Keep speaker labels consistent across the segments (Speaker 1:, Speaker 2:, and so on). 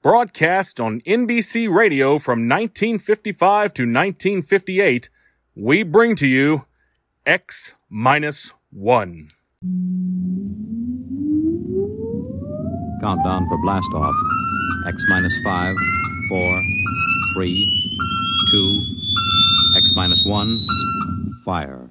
Speaker 1: broadcast on NBC Radio from 1955 to 1958, we bring to you X minus one.
Speaker 2: Countdown for blast off. X minus five, four, three, two, X minus one, fire.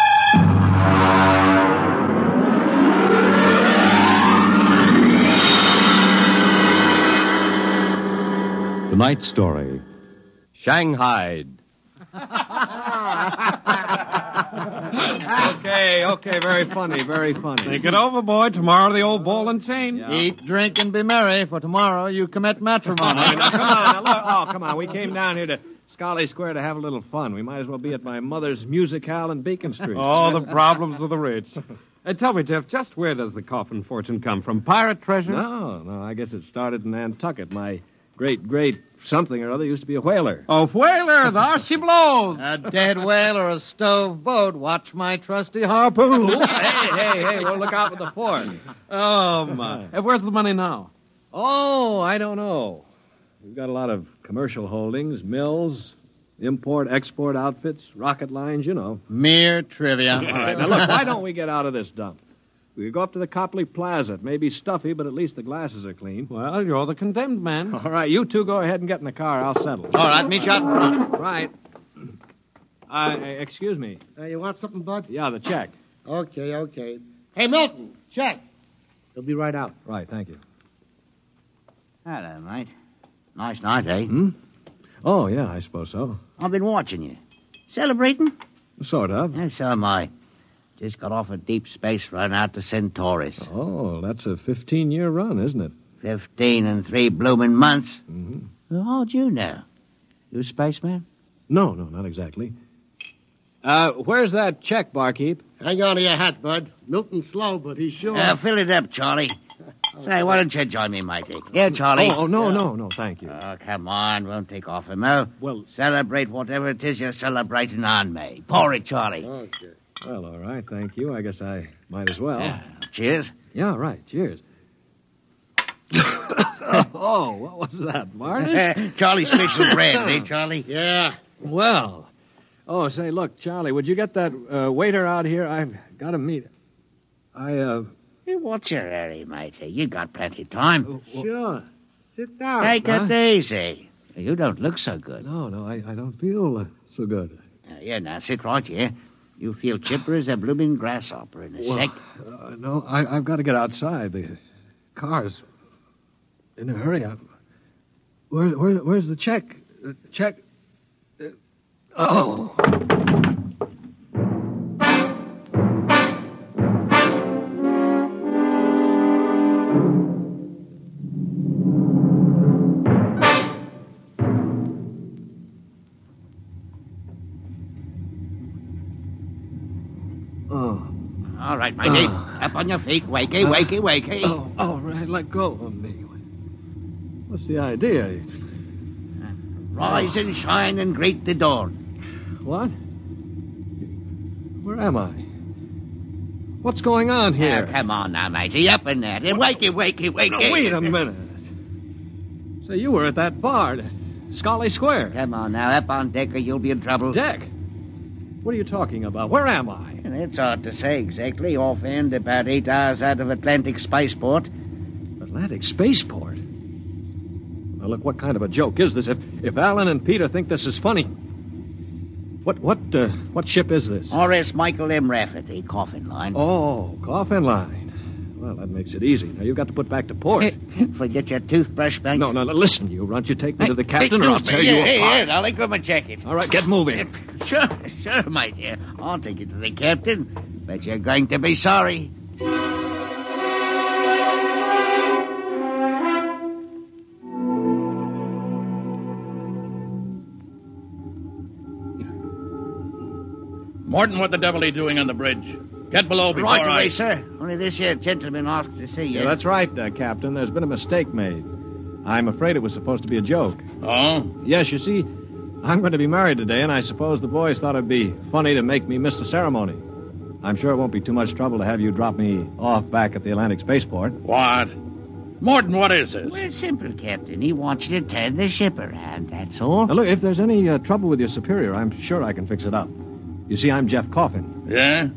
Speaker 2: tonight's story.
Speaker 3: Shanghai. okay, okay, very funny, very funny. Think it over, boy. Tomorrow the old ball and chain.
Speaker 4: Eat, drink, and be merry, for tomorrow you commit matrimony.
Speaker 3: Now, come on, now, look, oh, come on. We came down here to Scully Square to have a little fun. We might as well be at my mother's music hall in Beacon Street.
Speaker 5: All Oh, the problems of the rich. Uh, tell me, Jeff, just where does the coffin fortune come from? Pirate treasure?
Speaker 3: No, no, I guess it started in Nantucket. My great, great something or other used to be a whaler.
Speaker 5: Oh, whaler, there she blows.
Speaker 4: A dead whale or a stove boat, watch my trusty harpoon.
Speaker 3: hey, hey, hey, well, look out for the fork.
Speaker 5: Oh, my. Hey, where's the money now?
Speaker 3: Oh, I don't know. We've got a lot of commercial holdings, mills, import, export outfits, rocket lines, you know.
Speaker 4: Mere trivia.
Speaker 3: All right, now look, why don't we get out of this dump? We could go up to the Copley Plaza. It may be stuffy, but at least the glasses are clean.
Speaker 5: Well, you're the condemned man.
Speaker 3: All right, you two go ahead and get in the car. I'll settle.
Speaker 4: All right, meet you out in front.
Speaker 3: Right. Uh, excuse me.
Speaker 6: Uh, you want something, Bud?
Speaker 3: Yeah, the check.
Speaker 6: Okay, okay. Hey, Milton, check. He'll be right out.
Speaker 3: Right, thank you.
Speaker 7: Hello, mate. Nice night, eh?
Speaker 3: Oh, yeah, I suppose so.
Speaker 7: I've been watching you. Celebrating?
Speaker 3: Sort of.
Speaker 7: Yes, so am I. Just got off a deep space run out to Centaurus.
Speaker 3: Oh, that's a 15 year run, isn't it?
Speaker 7: Fifteen and three blooming months. Well, How'd you know? You a spaceman?
Speaker 3: No, no, not exactly. Uh, where's that check, barkeep?
Speaker 6: Hang on to your hat, Bud. Milton's slow, but he's sure.
Speaker 7: Uh, fill it up, Charlie. Say, why don't you join me, matey? Yeah, Charlie.
Speaker 3: Oh, oh no, no, no, thank you.
Speaker 7: Oh, come on. Won't take off a mo.
Speaker 3: Well-
Speaker 7: celebrate whatever it is you're celebrating on me. Pour it, Charlie.
Speaker 6: Okay.
Speaker 3: Well, all right, thank you. I guess I might as well.
Speaker 7: Yeah. Cheers.
Speaker 3: Yeah, right. Cheers. oh, what was that, Marty?
Speaker 7: Charlie's special bread, eh, Charlie?
Speaker 6: Yeah.
Speaker 3: well, oh, say, look, Charlie, would you get that uh, waiter out here? I've got to meet. I, uh,
Speaker 7: Hey, What's your hurry, matey? You got plenty
Speaker 3: Oh,
Speaker 7: time.
Speaker 6: Sure. Sit down.
Speaker 7: Take it easy. eh? You don't look so good.
Speaker 3: no, no, I, I don't feel uh, so good.
Speaker 7: Uh, yeah, now sit right here. You feel chipper as a blooming grasshopper in a sec.
Speaker 3: Uh, no, I, I've got to get outside. The car's in a hurry. I'm... Where, where, where's the check? Uh, check. Uh, oh. Oh.
Speaker 7: All right, matey. Up on your feet. Wakey, wakey, wakey.
Speaker 3: Oh, all right, let go of me. What's the idea?
Speaker 7: Rise and shine and greet the dawn.
Speaker 3: What? Where am I? What's going on
Speaker 7: Now,
Speaker 3: here?
Speaker 7: come on now, matey. Up and at it. Wakey, wakey, wakey.
Speaker 3: Now, wait a minute. So you were at that bar, Scully Square.
Speaker 7: Come on now, up on deck or you'll be in trouble.
Speaker 3: Deck. What are you talking about? Where am I?
Speaker 7: And It's hard to say exactly. Offhand, about eight hours out of Atlantic Spaceport.
Speaker 3: Atlantic Spaceport. Now look, what kind of a joke is this? If if Alan and Peter think this is funny, what what uh, what ship is this?
Speaker 7: R.S. Michael M. Rafferty, coffin line.
Speaker 3: Oh, coffin line. Well, that makes it easy. Now you've got to put back to port.
Speaker 7: Forget your toothbrush, Banks.
Speaker 3: No, no, no. Listen, you runt. You take me to the
Speaker 7: Hey,
Speaker 3: captain,
Speaker 7: hey,
Speaker 3: or I'll
Speaker 7: dude,
Speaker 3: tear
Speaker 7: yeah,
Speaker 3: you
Speaker 7: Hey,
Speaker 3: apart.
Speaker 7: yeah, Dolly, grab my jacket.
Speaker 3: All right, get moving.
Speaker 7: Sure, sure, my dear. I'll take you to the captain. But you're going to be sorry.
Speaker 8: Morton, what the devil are you doing on the bridge? Get below before
Speaker 7: right
Speaker 8: I...
Speaker 7: away, sir. Only this here gentleman asked to see you.
Speaker 3: Yeah, that's right, uh, Captain. There's been a mistake made. I'm afraid it was supposed to be a joke.
Speaker 8: Oh?
Speaker 3: Yes, you see, I'm going to be married today, and I suppose the boys thought it'd be funny to make me miss the ceremony. I'm sure it won't be too much trouble to have you drop me off back at the Atlantic Spaceport.
Speaker 8: What? Morton, what is this?
Speaker 7: Well, simple, Captain. He wants you to turn the ship around, that's all.
Speaker 3: Now, look, if there's any uh, trouble with your superior, I'm sure I can fix it up. You see, I'm Jeff Coffin.
Speaker 8: Yeah?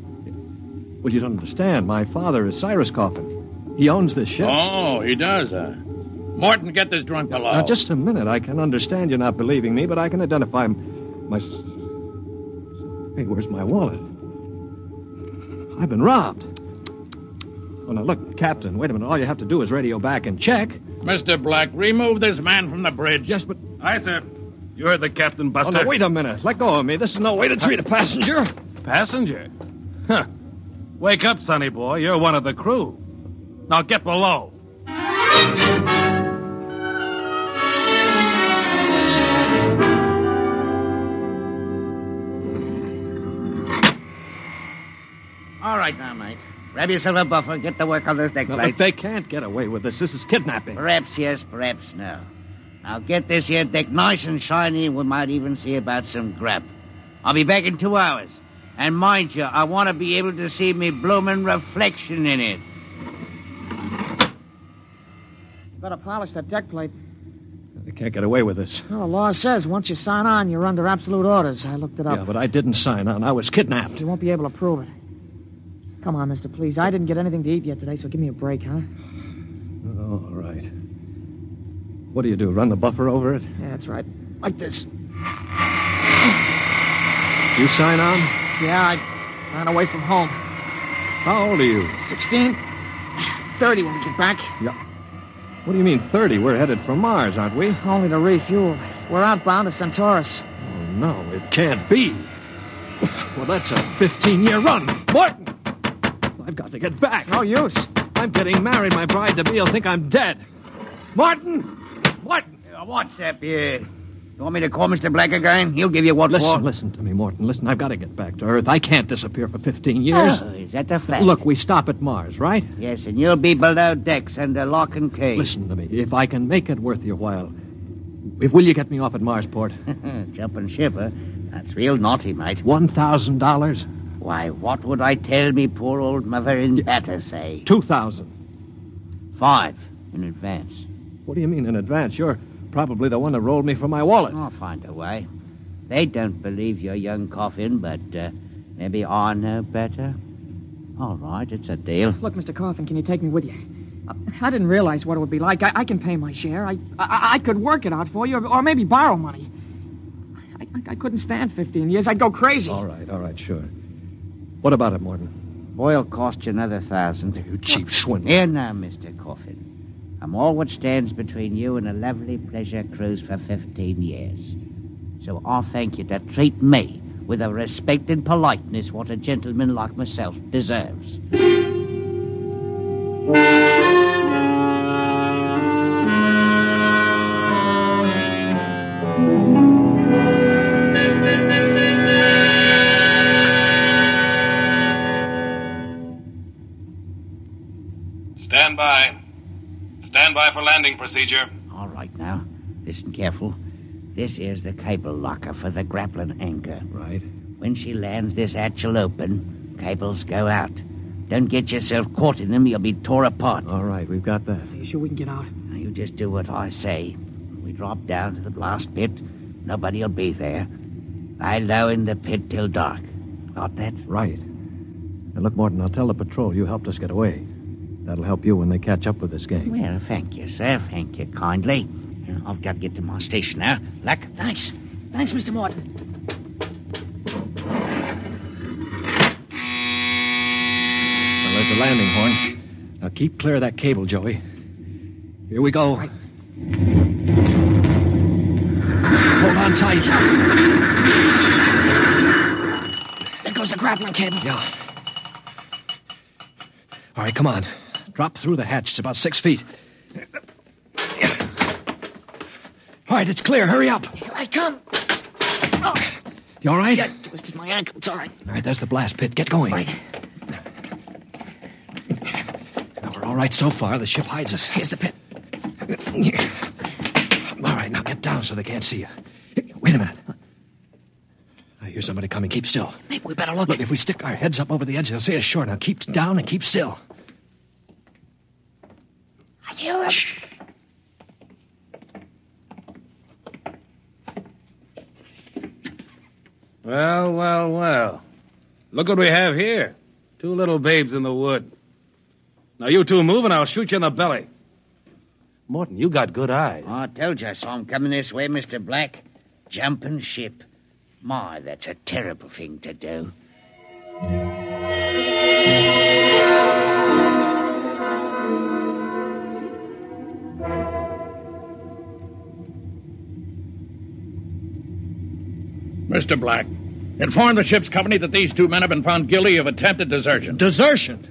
Speaker 3: Well, you don't understand. My father is Cyrus Coffin. He owns this ship.
Speaker 8: Oh, he does, huh? Morton, get this drunk below.
Speaker 3: Now, just a minute. I can understand you not believing me, but I can identify m- my. s- Hey, where's my wallet? I've been robbed. Oh, now look, Captain, wait a minute. All you have to do is radio back and check.
Speaker 8: Mr. Black, remove this man from the bridge.
Speaker 3: Yes, but.
Speaker 8: Aye, sir. You heard the captain,
Speaker 3: Oh,
Speaker 8: Buster.
Speaker 3: now, wait a minute. Let go of me. This is no way to treat a passenger.
Speaker 8: Passenger? Huh. Wake up, sonny boy. You're one of the crew. Now get below.
Speaker 7: All right now, mate. Grab yourself a buffer. Get to work on this deck
Speaker 3: Now,
Speaker 7: plate.
Speaker 3: look, they can't get away with this. This is kidnapping.
Speaker 7: Perhaps yes, perhaps no. Now get this here deck nice and shiny, and we might even see about some grub. I'll be back in two hours. And mind you, I want to be able to see me bloomin' reflection in it.
Speaker 9: Better polish that deck plate.
Speaker 3: They can't get away with this.
Speaker 9: Well, the law says once you sign on, you're under absolute orders. I looked it up.
Speaker 3: Yeah, but I didn't sign on. I was kidnapped.
Speaker 9: You won't be able to prove it. Come on, mister, please. I didn't get anything to eat yet today, so give me a break, huh?
Speaker 3: Oh, all right. What do you do? Run the buffer over it?
Speaker 9: Yeah, that's right. Like this.
Speaker 3: You sign on?
Speaker 9: Yeah, I ran away from home.
Speaker 3: How old are you?
Speaker 9: 16? 30 when we get back.
Speaker 3: What do you mean, 30? We're headed for Mars, aren't we?
Speaker 9: Only to refuel. We're outbound to Centaurus.
Speaker 3: Oh, no, it can't be. Well, that's a 15 year run. Morton! I've got to get back.
Speaker 9: It's no use.
Speaker 3: I'm getting married. My bride to be will think I'm dead. Martin! Martin!
Speaker 7: Uh, What's up here? You want me to call Mr. Black again? He'll give you what
Speaker 3: Listen,
Speaker 7: for.
Speaker 3: listen to me, Morton. Listen, I've got to get back to Earth. I can't disappear for 15 years.
Speaker 7: Oh, is that the fact?
Speaker 3: Look, we stop at Mars, right?
Speaker 7: Yes, and you'll be below decks under lock and key.
Speaker 3: Listen to me. If I can make it worth your while, if, will you get me off at Marsport?
Speaker 7: Jumping ship, huh? That's real naughty, mate.
Speaker 3: $1,000?
Speaker 7: Why, what would I tell me poor old mother in Battersea?
Speaker 3: 2000
Speaker 7: Five in advance.
Speaker 3: What do you mean in advance? You're probably the one that rolled me for my wallet.
Speaker 7: I'll find a way. They don't believe you're young coffin, but uh, maybe I know better. All right, it's a deal.
Speaker 9: Look, Mr. Coffin, can you take me with you? I- I didn't realize what it would be like. I, I can pay my share. I, I I could work it out for you, or, or maybe borrow money. I, I, I couldn't stand 15 years. I'd go crazy.
Speaker 3: All right, all right, sure. What about it, Morton?
Speaker 7: Boy'll cost you another thousand.
Speaker 3: You cheap swindler.
Speaker 7: Here now, Mr. Coffin. I'm all what stands between you and a lovely pleasure cruise for 15 years. So I thank you to treat me with the respect and politeness what a gentleman like myself deserves.
Speaker 8: Stand by. Stand by for landing procedure.
Speaker 7: All right now, listen careful. This is the cable locker for the grappling anchor.
Speaker 3: Right.
Speaker 7: When she lands, this hatch'll open. Cables go out. Don't get yourself caught in them, you'll be tore apart.
Speaker 3: All right, we've got that.
Speaker 9: Are you sure we can get out?
Speaker 7: Now, you just do what I say. We drop down to the blast pit. Nobody'll be there. Lie low in the pit till dark. Got that?
Speaker 3: Right. Now, look, Morton, I'll tell the patrol you helped us get away. That'll help you when they catch up with this gang.
Speaker 7: Well, thank you, sir. Thank you kindly. I've got to get to my station now. Luck.
Speaker 10: Thanks. Thanks, Mr. Morton.
Speaker 3: Well, there's a landing horn. Now keep clear of that cable, Joey. Here we go. Hold on tight.
Speaker 10: There goes the grappling cable.
Speaker 3: Yeah. All right, come on. Drop through the hatch. It's about six feet. All right, it's clear. Hurry up.
Speaker 10: Here I come. Oh,
Speaker 3: You all right?
Speaker 10: yeah, twisted my ankle. It's all right.
Speaker 3: All right, that's the blast pit. Get going.
Speaker 10: Right.
Speaker 3: Now, we're all right so far. The ship hides us.
Speaker 10: Here's the pit.
Speaker 3: All right, now get down so they can't see you. Wait a minute. I hear somebody coming. Keep still.
Speaker 10: Maybe we better look.
Speaker 3: Look, if we stick our heads up over the edge, they'll see us sure. Now keep down and keep still.
Speaker 10: I hear him.
Speaker 8: Well, well, well. Look what we have here. Two little babes in the wood. Now you two move and I'll shoot you in the belly. Ah. Morton, you got good eyes.
Speaker 7: I told you I saw him coming this way, Mr. Black. Jumping ship. My, that's a terrible thing to do.
Speaker 2: Mr. Black, inform the ship's company that these two men have been found guilty of attempted desertion.
Speaker 3: Desertion.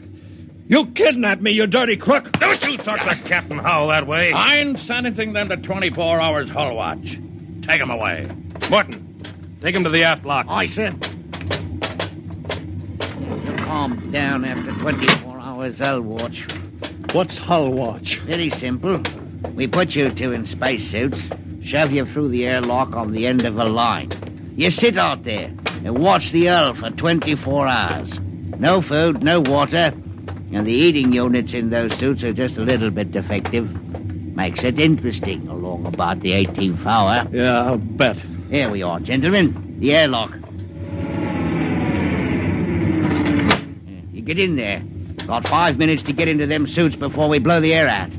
Speaker 3: You kidnapped me, you dirty crook.
Speaker 8: Don't you talk to Captain Howell that way.
Speaker 2: I'm sentencing them to 24 hours hull watch. Take them away.
Speaker 8: Morton, take him to the aft lock.
Speaker 7: I said. You calm down after 24 hours, I'll watch.
Speaker 3: What's Hull Watch?
Speaker 7: Very simple. We put you two in spacesuits, shove you through the airlock on the end of a line. You sit out there and watch the Earl for 24 hours. No food, no water, and the eating units in those suits are just a little bit defective. Makes it interesting along about the 18th hour.
Speaker 3: Yeah, I'll bet.
Speaker 7: Here we are, gentlemen. The airlock. You get in there. Got five minutes to get into them suits before we blow the air out.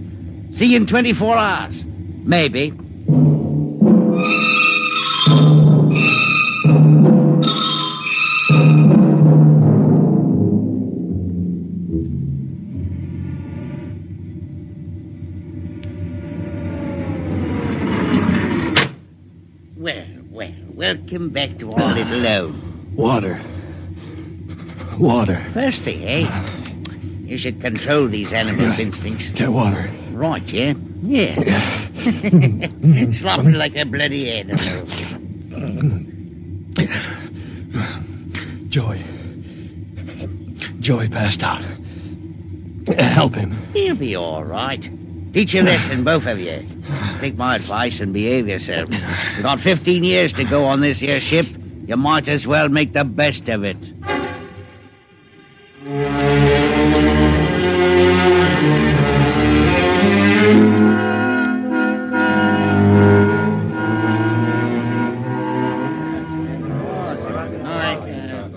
Speaker 7: See you in 24 hours. Maybe. Well, well, welcome back to our little home.
Speaker 3: Water. Water.
Speaker 7: Thirsty, eh? You should control these animals' instincts.
Speaker 3: Get water.
Speaker 7: Right, yeah? Yeah. Slopping like a bloody animal.
Speaker 3: Joey. Joey passed out. Help him.
Speaker 7: He'll be all right. Teach your lesson, both of you. Take my advice and behave yourselves. You've got 15 years to go on this here ship. You might as well make the best of it.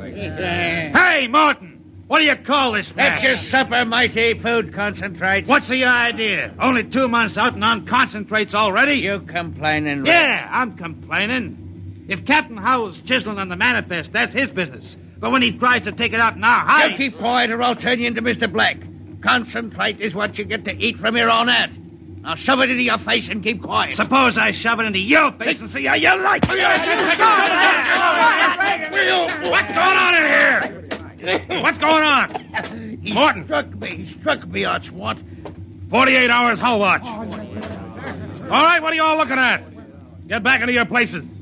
Speaker 8: Hey, Morton! What do you call this
Speaker 7: That's
Speaker 8: mess?
Speaker 7: your supper, mighty. Food concentrate.
Speaker 8: What's the idea? Only two months out and on concentrates already?
Speaker 7: You complaining? Red?
Speaker 8: Yeah, I'm complaining. If Captain Howell's chiseling on the manifest, that's his business. But when he tries to take it out in our
Speaker 7: You
Speaker 8: house,
Speaker 7: keep quiet or I'll turn you into Mr. Black. Concentrate is what you get to eat from here on out. Now shove it into your face and keep quiet.
Speaker 8: Suppose I shove it into your face and see how you like it. What's going on in here? What's going on?
Speaker 7: he
Speaker 8: Morton.
Speaker 7: struck me. He struck me, Archwant.
Speaker 8: 48 hours hull watch. All right, what are you all looking at? Get back into your places.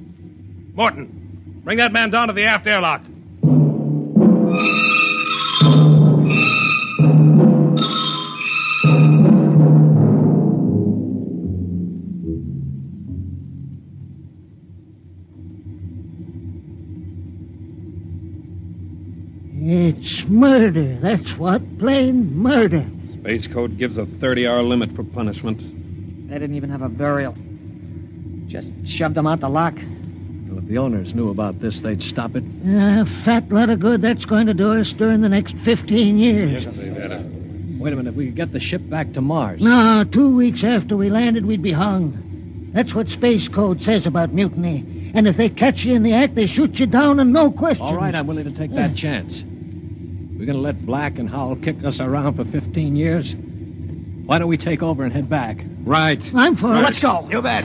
Speaker 8: Morton, bring that man down to the aft airlock.
Speaker 7: It's
Speaker 11: It's murder, that's what. Plain murder.
Speaker 3: Space Code gives a 30 hour limit for punishment.
Speaker 9: They didn't even have a burial. Just shoved them out the lock.
Speaker 12: Well, if the owners knew about this, they'd stop it.
Speaker 11: A fat lot of good that's going to do us during the next 15 years.
Speaker 3: Wait a minute, we could get the ship back to Mars.
Speaker 11: No, two weeks after we landed, we'd be hung. That's what Space Code says about mutiny. And if they catch you in the act, they shoot you down and no questions.
Speaker 3: All right, I'm willing to take that chance. We're going to let Black and Howell kick us around for 15 years? Why don't we take over and head back? Right.
Speaker 11: I'm for it.
Speaker 3: Right.
Speaker 11: Let's go.
Speaker 3: You bet.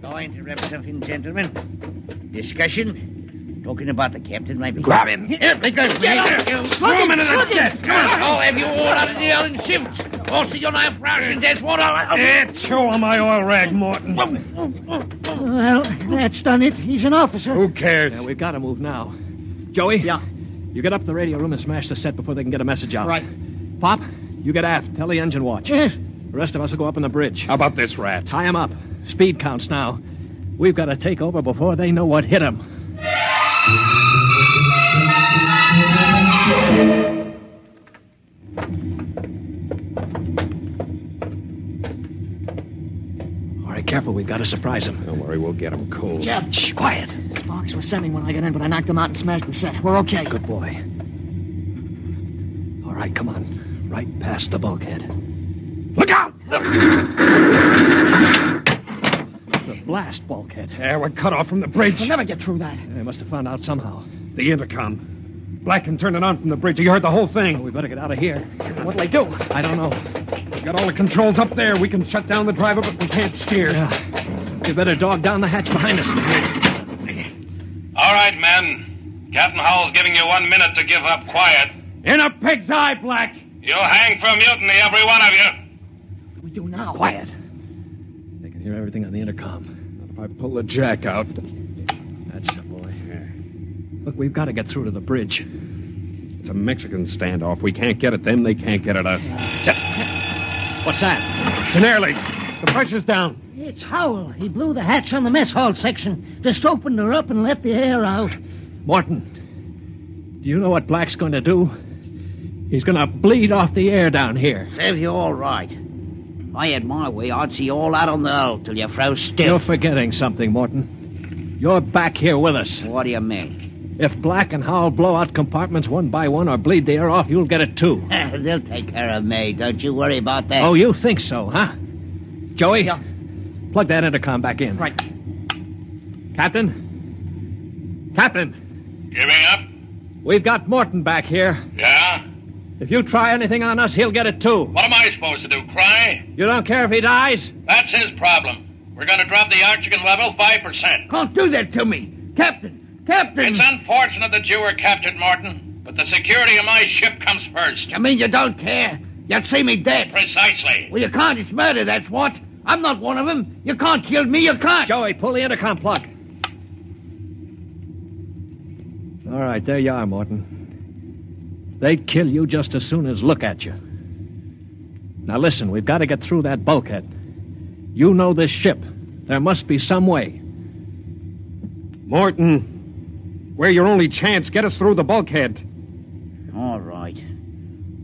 Speaker 7: Don't interrupt something, gentlemen. Discussion? Talking about the captain, maybe.
Speaker 10: Grab him. Here, they go. Get up, you.
Speaker 7: Slug him, slug him,
Speaker 10: Come on. I'll have you all out of the island shifts. Also, you'll have rations. That's what I'll...
Speaker 2: Yeah, show him my oil rag, Morton.
Speaker 11: Well, that's done it. He's an officer.
Speaker 2: Who cares?
Speaker 3: Yeah, we've got to move now. Joey? Yeah. You get up to the radio room and smash the set before they can get a message out. Right. Pop, you get aft. Tell the engine watch. Yes. The rest of us will go up on the bridge. How
Speaker 2: about this rat?
Speaker 3: Tie him up. Speed counts now. We've got to take over before they know what hit him. All right, careful. We've got to surprise him. Don't worry, we'll get him cold.
Speaker 9: Jeff, shh, quiet. Sparks was sending when I got in, but I knocked him out and smashed the set. We're okay. Good
Speaker 3: boy. All right, come on. Right past the bulkhead.
Speaker 2: Look out!
Speaker 3: The blast bulkhead.
Speaker 2: Yeah, we're cut off from the bridge.
Speaker 9: We'll never get through that.
Speaker 3: They must have found out somehow.
Speaker 2: The intercom. Black can turn it on from the bridge. You heard the whole thing.
Speaker 3: we better get out of here.
Speaker 9: What'll they do?
Speaker 3: I don't know.
Speaker 2: We got all the controls up there. We can shut down the driver, but we can't steer.
Speaker 3: You better dog down the hatch behind us.
Speaker 13: All right, men. Captain Howell's giving you one minute to give up quiet.
Speaker 2: In a pig's eye, Black.
Speaker 13: You'll hang for mutiny, every one of you.
Speaker 9: We do now.
Speaker 3: Quiet. They can hear everything on the intercom.
Speaker 2: If I pull the jack out.
Speaker 3: That's the boy. Look, we've got to get through to the bridge.
Speaker 2: It's a Mexican standoff. We can't get at them. They can't get at us.
Speaker 3: What's that?
Speaker 2: It's an air leak. The pressure's down.
Speaker 11: It's Howell. He blew the hatch on the mess hall section. Just opened her up and let the air out.
Speaker 3: Morton, do you know what Black's going to do? He's going to bleed off the air down here.
Speaker 7: Serves you all right. If I had my way, I'd see you all out on the hull till you froze
Speaker 3: You're
Speaker 7: stiff.
Speaker 3: forgetting something, Morton. You're back here with us.
Speaker 7: What do you mean?
Speaker 3: If Black and Howell blow out compartments one by one or bleed the air off, you'll get it too.
Speaker 7: Eh, They'll take care of me. Don't you worry about that.
Speaker 3: Oh, you think so, huh? Joey, plug that intercom back in.
Speaker 9: Right.
Speaker 3: Captain? Captain,
Speaker 13: Giving up?
Speaker 3: we've got Morton back here.
Speaker 13: Yeah?
Speaker 3: If you try anything on us, he'll get it too.
Speaker 13: What am I supposed to do? Cry?
Speaker 3: You don't care if he dies?
Speaker 13: That's his problem. We're going to drop the oxygen level 5%.
Speaker 6: Don't do that to me. Captain, Captain.
Speaker 13: It's unfortunate that you were captured, Martin, but the security of my ship comes first.
Speaker 6: I mean, you don't care. You'd see me dead.
Speaker 13: Precisely.
Speaker 6: Well, you can't. It's murder, that's what. I'm not one of them. You can't kill me. You can't.
Speaker 3: Joey, pull the intercom plug. All right, there you are, Morton. They'd kill you just as soon as look at you. Now listen, we've got to get through that bulkhead. You know this ship. There must be some way.
Speaker 2: Morton, we're your only chance. Get us through the bulkhead.
Speaker 7: All right.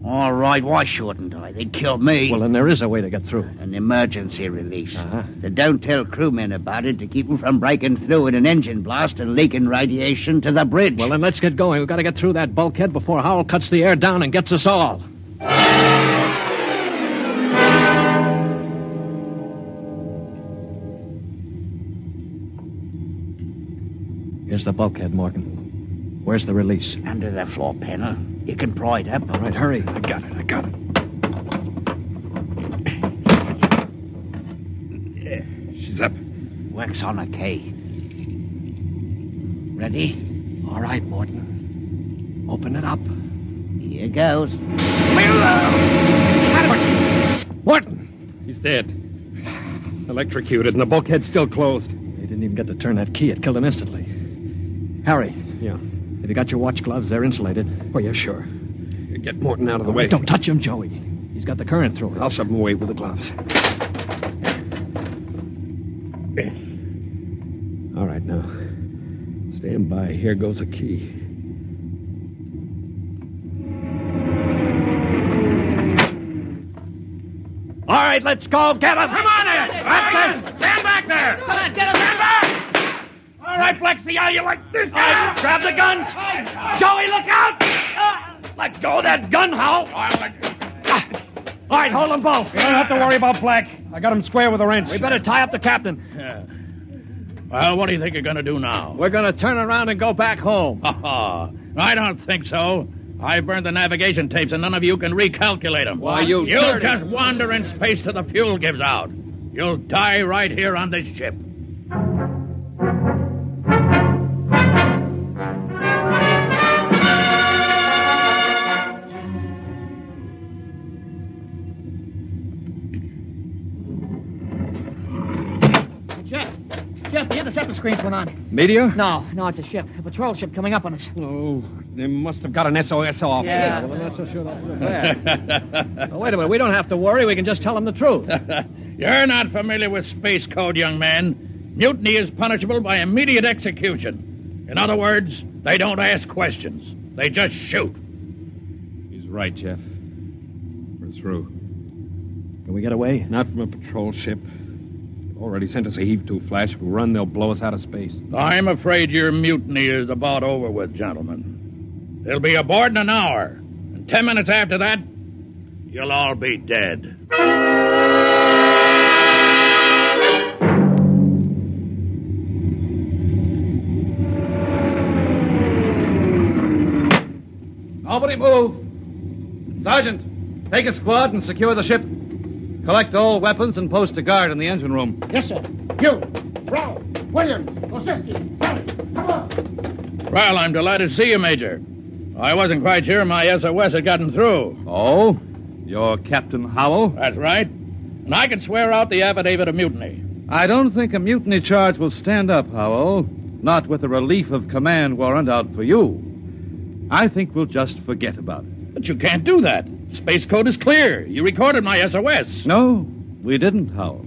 Speaker 7: All right, why shouldn't I? They'd kill me.
Speaker 3: Well, uh, Uh-huh. then there is a way to get through.
Speaker 7: An emergency release. They don't tell crewmen about it to keep them from breaking through in an engine blast and leaking radiation to the bridge.
Speaker 3: Well, uh, then let's get going. We've got to get through that bulkhead before Howell cuts the air down and gets us all. Here's the bulkhead, Morgan. Where's the release?
Speaker 7: Under the floor panel. You can pry it up.
Speaker 3: All right, hurry.
Speaker 2: I got it. I got it. She's up.
Speaker 7: Works on a key. Ready?
Speaker 3: All right, Morton. Open it up.
Speaker 7: Here goes.
Speaker 3: Morton!
Speaker 2: He's dead. Electrocuted, and the bulkhead's still closed.
Speaker 3: They didn't even get to turn that key. It killed him instantly. Harry,
Speaker 2: Yeah.
Speaker 3: have you got your watch gloves? They're insulated.
Speaker 2: Oh, yeah, sure. Get Morton out of the way.
Speaker 3: Don't touch him, Joey. He's got the current through him.
Speaker 2: I'll shove him away with the gloves. All right, now. Stand by. Here goes a key.
Speaker 14: All right, let's go. Get him.
Speaker 15: Come on in. That's
Speaker 2: it. Stand back there.
Speaker 15: Come on, get him. Stand back.
Speaker 2: All right, Blexi, how you like this? All right, grab the guns. Joey, look out. Let go of that gun, Howell.
Speaker 14: All right, hold them both.
Speaker 2: You don't have to worry about Black.
Speaker 14: I got him square with a wrench.
Speaker 2: We better tie up the captain. Well, what do you think you're going to do now?
Speaker 14: We're going to turn around and go back home.
Speaker 2: I don't think so. I burned the navigation tapes, and none of you can recalculate them.
Speaker 14: Why, you
Speaker 2: You
Speaker 14: dirty-
Speaker 2: just wander in space till the fuel gives out. You'll die right here on this ship.
Speaker 9: Jeff, Jeff, the other separate screens went on.
Speaker 14: Meteor?
Speaker 9: No, no, it's a ship. A patrol ship coming up on us.
Speaker 14: Oh, they must have got an SOS off.
Speaker 9: Yeah.
Speaker 14: well, I'm not so sure that's it. Well, wait a minute. We don't have to worry. We can just tell them the truth.
Speaker 2: You're not familiar with space code, young man. Mutiny is punishable by immediate execution. In other words, they don't ask questions, they just shoot.
Speaker 16: He's right, Jeff. We're through.
Speaker 14: Can we get away?
Speaker 16: Not from a patrol ship. They've already sent us a heave to flash. If we run, they'll blow us out of space.
Speaker 2: I'm afraid your mutiny is about over with, gentlemen. They'll be aboard in an hour, and ten minutes after that, you'll all be dead.
Speaker 14: Nobody move. Sergeant, take a squad and secure the ship. Collect all weapons and post a guard in the engine room.
Speaker 17: Yes, sir. You, Brown, Williams, Oseski,
Speaker 2: Well, I'm delighted to see you, Major. I wasn't quite sure my SOS had gotten through.
Speaker 14: Oh? You're Captain Howell?
Speaker 2: That's right. And I can swear out the affidavit of mutiny.
Speaker 14: I don't think a mutiny charge will stand up, Howell. Not with the relief of command warrant out for you. I think we'll just forget about it.
Speaker 2: But you can't do that. Space code is clear. You recorded my SOS.
Speaker 14: No, we didn't, Howell.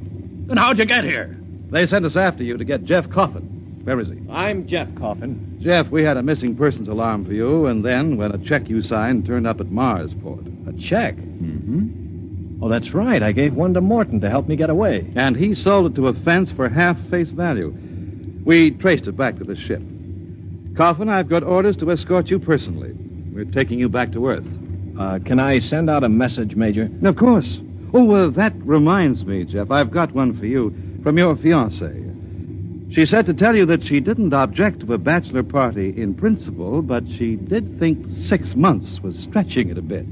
Speaker 2: Then how'd you get here?
Speaker 14: They sent us after you to get Jeff Coffin. Where is he?
Speaker 18: I'm Jeff Coffin.
Speaker 14: Jeff, we had a missing persons alarm for you, and then when a check you signed turned up at Marsport. A check? Mm-hmm. Oh, that's right. I gave one to Morton to help me get away. And he sold it to a fence for half face value. We traced it back to the ship. Coffin, I've got orders to escort you personally. We're taking you back to Earth. Uh, can I send out a message, Major? Of course. Oh, uh, that reminds me, Jeff. I've got one for you from your fiancée. She said to tell you that she didn't object to a bachelor party in principle, but she did think six months was stretching it a bit.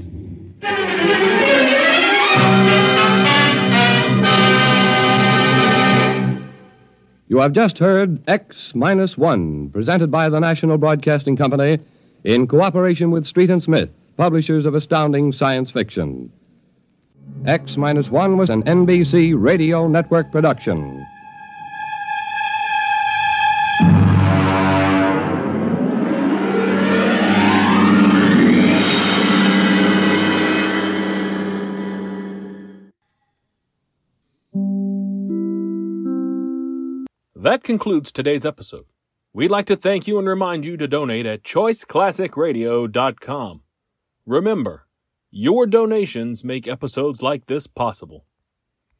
Speaker 3: You have just heard X Minus One, presented by the National Broadcasting Company in cooperation with Street and Smith, publishers of astounding science fiction. X Minus One was an NBC Radio Network production.
Speaker 1: That concludes today's episode. We'd like to thank you and remind you to donate at choiceclassicradio.com. Remember, your donations make episodes like this possible.